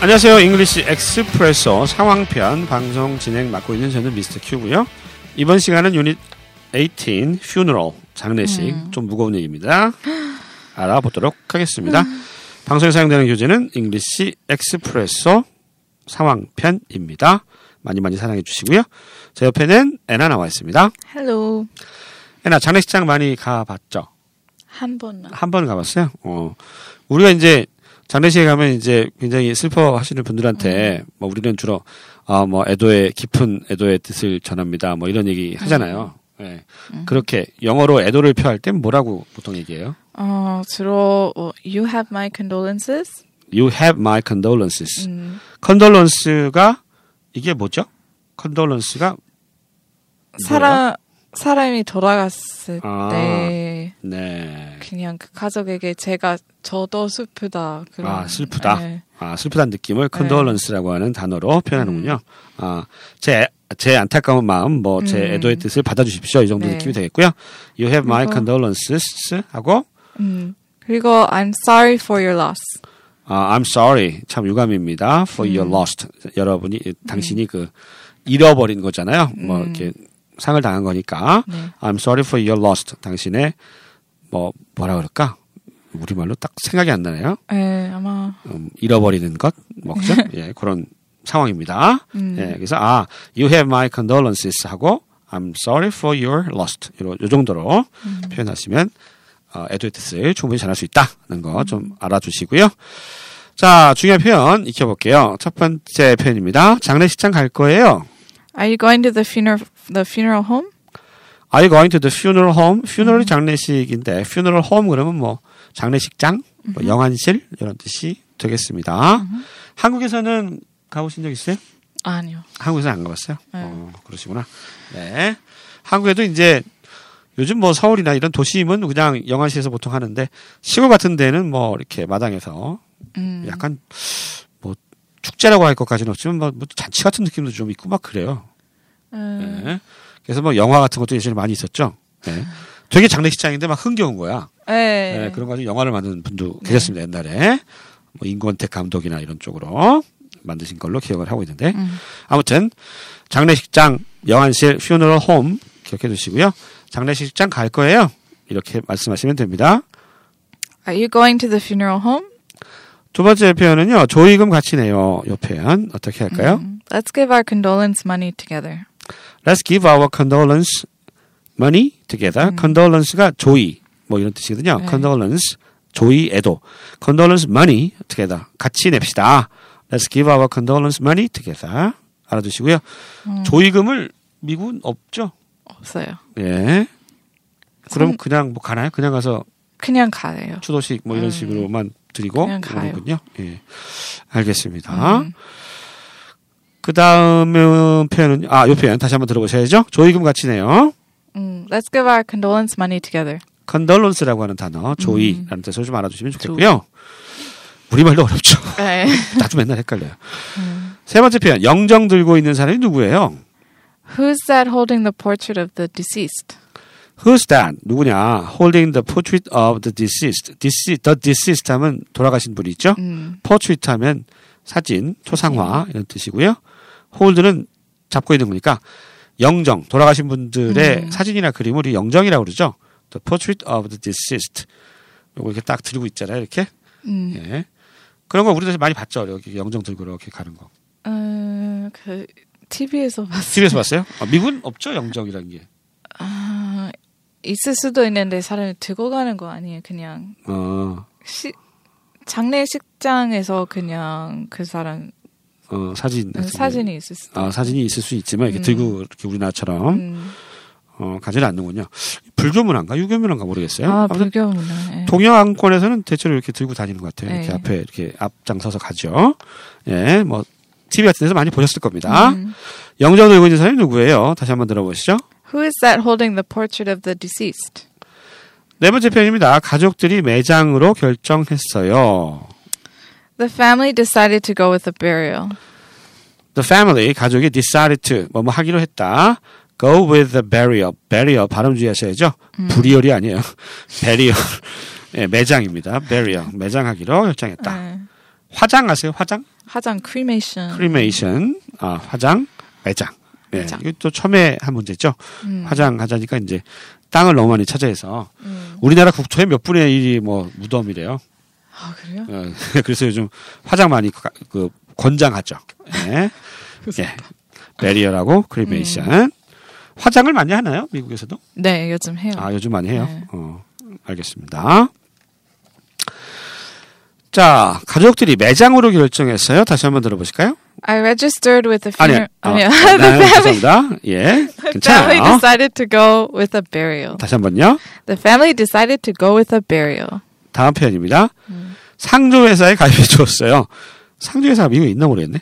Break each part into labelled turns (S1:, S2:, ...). S1: 안녕하세요. 잉글리시 엑스프레소 상황편 방송 진행 맡고 있는 저는 미스터 큐고요. 이번 시간은 유닛 18 퓨너럴 장례식 좀 무거운 얘기입니다. 알아보도록 하겠습니다. 방송에 사용되는 교재는 잉글리시 엑스프레소 상황편입니다. 많이 많이 사랑해 주시고요. 제 옆에는 애나 나와 있습니다.
S2: 헬로
S1: 애나 장례식장 많이 가봤죠?
S2: 한 번만
S1: 한 번 가봤어요. 어. 우리가 이제 장례식에 가면 이제 굉장히 슬퍼하시는 분들한테 뭐 우리는 주로 아 뭐 애도의 깊은 애도의 뜻을 전합니다. 뭐 이런 얘기 하잖아요. 예. 그렇게 영어로 애도를 표할 땐 뭐라고 보통 얘기해요?
S2: 어 주로 어, you have my condolences
S1: You have my condolences.
S2: 음,
S1: condolence가 이게 뭐죠? condolence가
S2: 사람 사람이 돌아갔을
S1: 아.
S2: 때
S1: 네.
S2: 그냥 그 가족에게 제가 저도 슬프다 그런
S1: 아, 슬프다.
S2: 네.
S1: 아, 슬프다는 느낌을 condolence라고 하는 단어로 표현하는군요. 아, 제, 제 안타까운 마음, 뭐, 제
S2: 음.
S1: 애도의 뜻을 받아주십시오. 이 정도
S2: 네.
S1: 느낌이 되겠고요. You have my
S2: 그리고-
S1: condolences 하고,
S2: 음. 그리고 I'm sorry for your loss
S1: 아, I'm sorry. 참 유감입니다. for
S2: 음.
S1: your lost. 여러분이,
S2: 네.
S1: 당신이 그, 잃어버린 거잖아요.
S2: 음.
S1: 뭐, 이렇게 상을 당한 거니까.
S2: 네.
S1: I'm sorry for your lost. 당신의, 뭐, 뭐라 그럴까? 우리말로 딱 생각이 안 나네요.
S2: 네, 아마
S1: 음, 잃어버리는 것, 뭐, 그죠? 예, 그런 상황입니다.
S2: 음.
S1: 예, 그래서, 아, you have my condolences 하고, I'm sorry for your lost. 요, 요 정도로 표현하시면, 어, 애도의 뜻을 충분히 전할 수 있다는 거 좀 알아주시고요. 자, 중요한 표현 익혀볼게요. 첫 번째 표현입니다. 장례식장 갈 거예요.
S2: Are you going to the funeral the funeral home?
S1: Are you going to the funeral home? funeral이 장례식인데, funeral home 그러면 뭐, 장례식장, 뭐 영안실, 이런 뜻이 되겠습니다. 한국에서는 가보신 적 있어요?
S2: 아니요.
S1: 한국에서 안 가봤어요?
S2: 네.
S1: 어, 그러시구나. 네. 한국에도 이제 요즘 뭐 서울이나 이런 도심은 그냥 영안시에서 보통 하는데 시골 같은 데는 뭐 이렇게 마당에서
S2: 음.
S1: 약간 뭐 축제라고 할 것까지는 없지만 뭐, 뭐 잔치 같은 느낌도 좀 있고 막 그래요.
S2: 음.
S1: 네. 그래서 뭐 영화 같은 것도 예전에 많이 있었죠. 네. 되게 장례식장인데 막 흥겨운 거야.
S2: 네.
S1: 네, 그런 거 가지고 영화를 만든 분도 계셨습니다 옛날에 뭐 인권택 감독이나 이런 쪽으로 만드신 걸로 기억을 하고 있는데
S2: 음.
S1: 아무튼 장례식장, 영안실, 퓨너럴 홈 기억해 두시고요. 장례식장 갈 거예요. 이렇게 말씀하시면 됩니다.
S2: Are you going to the funeral home?
S1: 두 번째 표현은요. 조의금 같이 내요. 요 표현 어떻게 할까요?
S2: 음. Let's give our condolence money together.
S1: Let's give our condolence money together. condolence가 조의 뭐 이런 뜻이거든요.
S2: 음. 네.
S1: condolence 조의 애도. condolence money together 같이 냅시다. Let's give our condolence money together. 알아두시고요.
S2: 음.
S1: 조의금을 미국은 없죠.
S2: 없어요.
S1: 예. 그럼
S2: 선-
S1: 그냥 뭐 가나요? 그냥 가서
S2: 그냥 가요.
S1: 추도식 뭐 이런
S2: 음.
S1: 식으로만 드리고
S2: 그냥 가요.
S1: 그러는군요. 예. 알겠습니다.
S2: 음.
S1: 그 다음 표현은 아요 표현 다시 한번 들어보셔야죠. 조의금 같이네요.
S2: 음, let's give our condolence money together.
S1: 컨덜런스라고 하는 단어 조의라는 뜻을 좀 알아주시면 좋겠고요. 우리말도 어렵죠.
S2: 네.
S1: 나도 맨날 헷갈려요. 세 번째 표현 영정 들고 있는 사람이 누구예요?
S2: Who's that holding the portrait of the deceased?
S1: Who's that? 누구냐? Holding the portrait of the deceased. Dece- the deceased 하면 돌아가신 분이 있죠.
S2: 음,
S1: portrait 하면 사진, 초상화 이런 뜻이고요. hold는 잡고 있는 거니까 영정, 돌아가신 분들의
S2: 음.
S1: 사진이나 그림을 우리 영정이라고 그러죠. The portrait of the deceased. 요거 이렇게 딱 들고 있잖아요. 이렇게.
S2: 음.
S1: 예. 그런 거 우리도 많이 봤죠. 이렇게 영정 들고 이렇게 가는 거.
S2: 어, 그 TV에서 봤어요.
S1: TV에서 봤어요? 아, 미국은 없죠. 영정이라는 게.
S2: 아, 있을 수도 있는데 사람이 들고 가는 거 아니에요. 그냥
S1: 어,
S2: 시, 장례식장에서 그냥 그 사람
S1: 어, 사진. 같은 게.
S2: 네, 사진이 있을 수도.
S1: 아, 사진이 있을 수 있지만 이렇게
S2: 음.
S1: 들고 이렇게 우리나라처럼
S2: 음.
S1: 어, 가지는 않는군요. 불교 문화인가 유교 문화인가 모르겠어요.
S2: 아,
S1: 네? 아무튼
S2: 불교 문화. 예.
S1: 동양권에서는 대체로 이렇게 들고 다니는 것 같아요. 이렇게
S2: 네.
S1: 앞에 이렇게 앞장서서 가죠. 예, 뭐 TV 같은 데서 많이 보셨을 겁니다.
S2: 음.
S1: 영정 들고 있는 사람이 누구예요? 다시 한번 들어보시죠.
S2: Who is that holding the portrait of the deceased?
S1: 네 번째 표현입니다. 가족들이 매장으로 결정했어요.
S2: The family decided to go with the burial.
S1: The family 가족이 decided to 뭐뭐 하기로 했다. Go with the barrier. barrier 발음 주의하셔야죠. 브리얼이 아니에요. barrier 예, 매장입니다. barrier 매장하기로 결정했다.
S2: 네.
S1: 화장 아세요? 화장?
S2: 화장 크리메이션.
S1: 크리메이션, 아, 화장, 매장. 네,
S2: 매장.
S1: 이게 또 처음에 한 문제죠.
S2: 음.
S1: 화장 하자니까 이제 땅을 너무 많이 찾아해서
S2: 음.
S1: 우리나라 국토의 몇 분의 일이 뭐 무덤이래요.
S2: 아 그래요?
S1: 어, 그래서 요즘 화장 많이 가- 그 권장하죠. 예. 예. 메리어라고 크리메이션. 화장을 많이 하나요? 미국에서도?
S2: 네 요즘 해요.
S1: 아, 요즘 많이 해요.
S2: 네.
S1: 어, 알겠습니다. 자, 가족들이 매장으로 결정했어요. 다시 한번 들어보실까요?
S2: I registered with a
S1: 아니야.
S2: funeral. 아니야.
S1: 아,
S2: the
S1: 네,
S2: family,
S1: 죄송합니다. 예.
S2: the family
S1: 괜찮아요.
S2: decided to go with a burial.
S1: 다시 한번요.
S2: The family decided to go with a burial.
S1: 다음 표현입니다. 상조회사에 가입해 주었어요. 상조회사가 미국에 있나 모르겠네.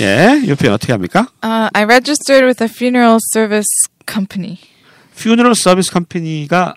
S1: 예, 이 표현 어떻게 합니까?
S2: Uh, I registered with a funeral service company.
S1: 퓨너럴 서비스 컴퍼니가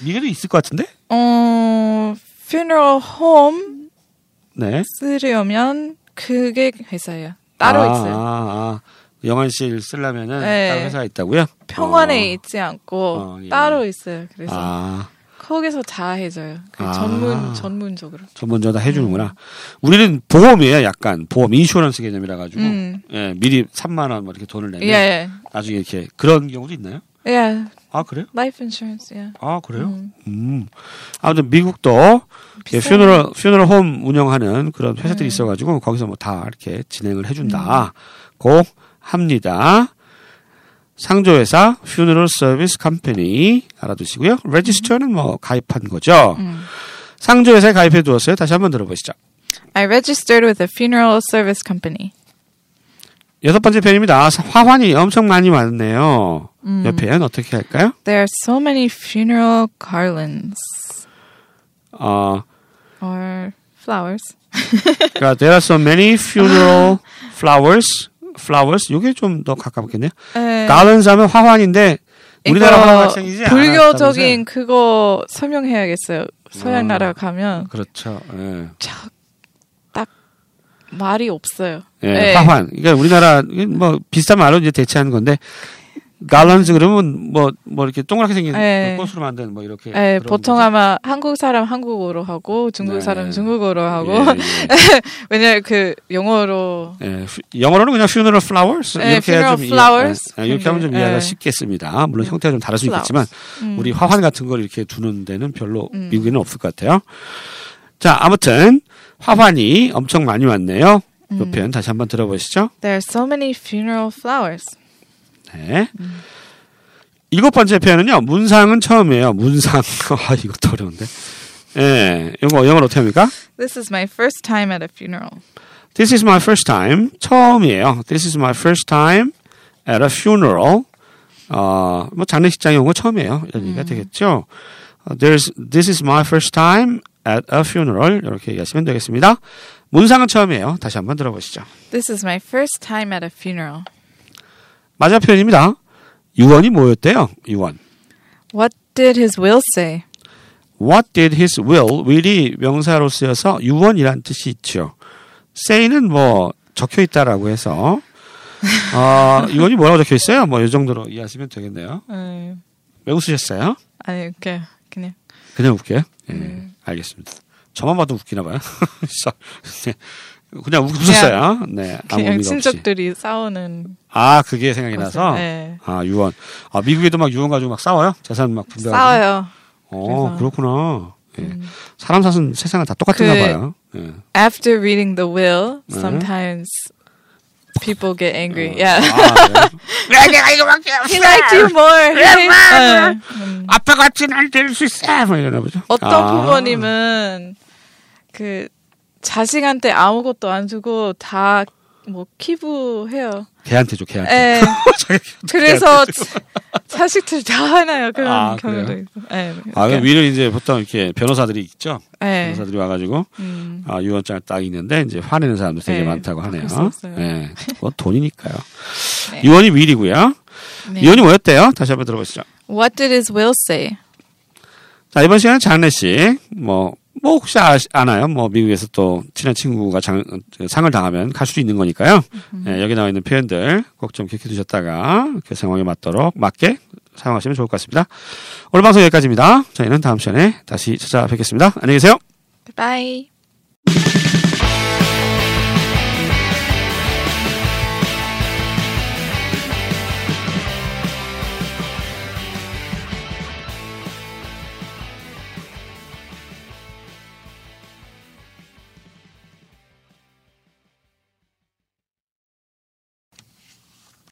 S1: 미국에도 있을 것 같은데?
S2: 어, funeral home
S1: 네.
S2: 쓰려면 그게 회사예요. 따로
S1: 아,
S2: 있어요.
S1: 아, 아. 영환실 쓰려면은
S2: 네.
S1: 따로 회사가 있다고요?
S2: 평원에
S1: 어.
S2: 있지 않고
S1: 어, 예.
S2: 따로 있어요. 그래서
S1: 아,
S2: 거기서 다 해줘요. 그
S1: 아. 뭐.
S2: 전문 전문적으로.
S1: 전문적으로 다 해주는구나. 우리는 보험이에요, 약간. 보험, 인슈런스 개념이라 가지고.
S2: 음. 예,
S1: 예, 미리 3만원 뭐 이렇게 돈을 내면.
S2: Yeah,
S1: 나중에 이렇게. 그런 경우도 있나요?
S2: yeah, yeah.
S1: 아, 그래요?
S2: Life insurance, yeah.
S1: 아, 그래요?
S2: 음.
S1: 음. 아무튼 미국도 예,
S2: 비싸요. 네.
S1: 퓨너럴 퓨너럴 홈 운영하는 그런 회사들이 있어가지고 거기서 뭐 다 이렇게 진행을
S2: 네.
S1: 해준다고 합니다. 상조회사 퓨너럴 서비스 컴퍼니 알아두시고요. 레지스터는 뭐 가입한 거죠.
S2: 음.
S1: 상조회사에 가입해 두었어요. 다시 한번 들어보시죠.
S2: I registered with a funeral service company.
S1: 여섯 번째 편입니다. 화환이 엄청 많이 많네요.
S2: 음.
S1: 옆에는 어떻게 할까요?
S2: There are so many funeral garlands
S1: 어,
S2: or flowers.
S1: 그러니까 there are so many funeral flowers. flowers. 이게 좀 더 가깝겠네요.
S2: 에,
S1: 가을은 하면 화환인데 우리나라
S2: 이거
S1: 화환 학생이지
S2: 불교적인 그거 설명해야겠어요. 서양
S1: 아.
S2: 나라 가면
S1: 그렇죠. 예.
S2: 말이 없어요.
S1: 예,
S2: 네.
S1: 화환. 그러니까 우리나라 이게 뭐 비슷한 말로 이제 대체하는 건데 갈런즈 그러면 뭐 뭐 이렇게 동그랗게 생긴
S2: 네.
S1: 꽃으로 만든 뭐 이렇게
S2: 예,
S1: 그런
S2: 보통
S1: 거죠.
S2: 아마 한국 사람 한국어로 하고 중국
S1: 네.
S2: 사람 중국어로 하고 왜냐면 그 영어로
S1: 예, 예, 예. 퓨- 영어로는 그냥 funeral flowers
S2: 네,
S1: 이렇게 해야 좀
S2: funeral
S1: 이해-
S2: flowers.
S1: 예, 이렇게 하면 좀 이해가
S2: 네.
S1: 쉽겠습니다. 물론 형태가 좀 다를 수
S2: flowers.
S1: 있겠지만
S2: 음,
S1: 우리 화환 같은 걸 이렇게 두는 데는 별로
S2: 음.
S1: 미국에는 없을 것 같아요. 자, 아무튼 화환이 엄청 많이 왔네요. 이
S2: 음.
S1: 그 표현 다시 한번 들어보시죠.
S2: There are so many funeral flowers.
S1: 네. 일곱 번째 표현은요. 문상은 처음이에요. 문상. 아, 이것도 어려운데. 예. 이거 영어로 어떻게 합니까?
S2: This is my first time at a funeral.
S1: This is my first time. 처음이에요. This is my first time at a funeral. 어, 뭐 장례식장에 온 거 처음이에요. 이런 얘기가 되겠죠. 어, There's, this is my first time at a funeral. 이렇게 얘기하시면 되겠습니다. 문상은 처음이에요. 다시 한번 들어보시죠.
S2: This is my first time at a funeral.
S1: 맞아 표현입니다. 유언이 뭐였대요? 유언.
S2: What did his will say?
S1: What did his will? will이 명사로 쓰여서 유언이란 뜻이 있죠. say는 뭐 적혀 있다라고 해서 어, 유언이 뭐라고 적혀 있어요? 뭐 이 정도로 이해하시면 되겠네요.
S2: 에,
S1: 왜 웃으셨어요?
S2: 아니 그 그냥
S1: 그냥 웃겨요? 예,
S2: 음.
S1: 알겠습니다. 저만 봐도 웃기나 봐요. 네, 그냥 웃- 웃었어요. 네, 아무
S2: 그냥
S1: 의미가 없이.
S2: 친척들이 싸우는
S1: 아, 그게 생각이
S2: 거죠.
S1: 나서.
S2: 예.
S1: 아, 유언. 아, 미국에도 막 유언 가지고 막 싸워요? 재산 막 분배하고.
S2: 싸워요.
S1: 어,
S2: 그래서.
S1: 그렇구나. 예.
S2: 음.
S1: 사람 사는 세상은 다 똑같은가
S2: 그-
S1: 봐요. 예.
S2: After reading the will,
S1: 네.
S2: sometimes people get angry. Yeah.
S1: 아, 네.
S3: 왜 내가 이거밖에 없어?
S2: He liked you more. 예.
S1: 뭐? 아빠 같이 날 데릴 수 있어. 뭐 이러나 보죠.
S2: 어떤
S1: 아.
S2: 부모님은 그 자식한테 아무것도 안 주고 다 뭐 키부해요.
S1: 걔한테 줘, 걔한테.
S2: 예. 그래서 자- 자식들 다 하나요. 그런
S1: 아,
S2: 경우도
S1: 그래요?
S2: 있고. 예.
S1: 아,
S2: 그러니까,
S1: 위를 이제 보통 이렇게 변호사들이 있죠.
S2: 예.
S1: 변호사들이 와가지고
S2: 음.
S1: 아, 유언장을 딱 있는데 이제 화내는 사람도 되게
S2: 네,
S1: 많다고 하네요.
S2: 그럴 수 없어요.
S1: 예, 뭐 돈이니까요.
S2: 네.
S1: 유언이 위리고요.
S2: 네.
S1: 유언이 뭐였대요? 다시 한번 들어보시죠.
S2: What did his will say?
S1: 자, 이번 시간은 장례식. 뭐, 뭐 혹시 아, 아나요? 뭐, 미국에서 또 친한 친구가 장, 상을 당하면 갈 수도 있는 거니까요. 예, 여기 나와 있는 표현들 꼭 좀 기억해 두셨다가 그 상황에 맞도록 맞게 사용하시면 좋을 것 같습니다. 오늘 방송 여기까지입니다. 저희는 다음 시간에 다시 찾아뵙겠습니다. 안녕히 계세요.
S2: Bye.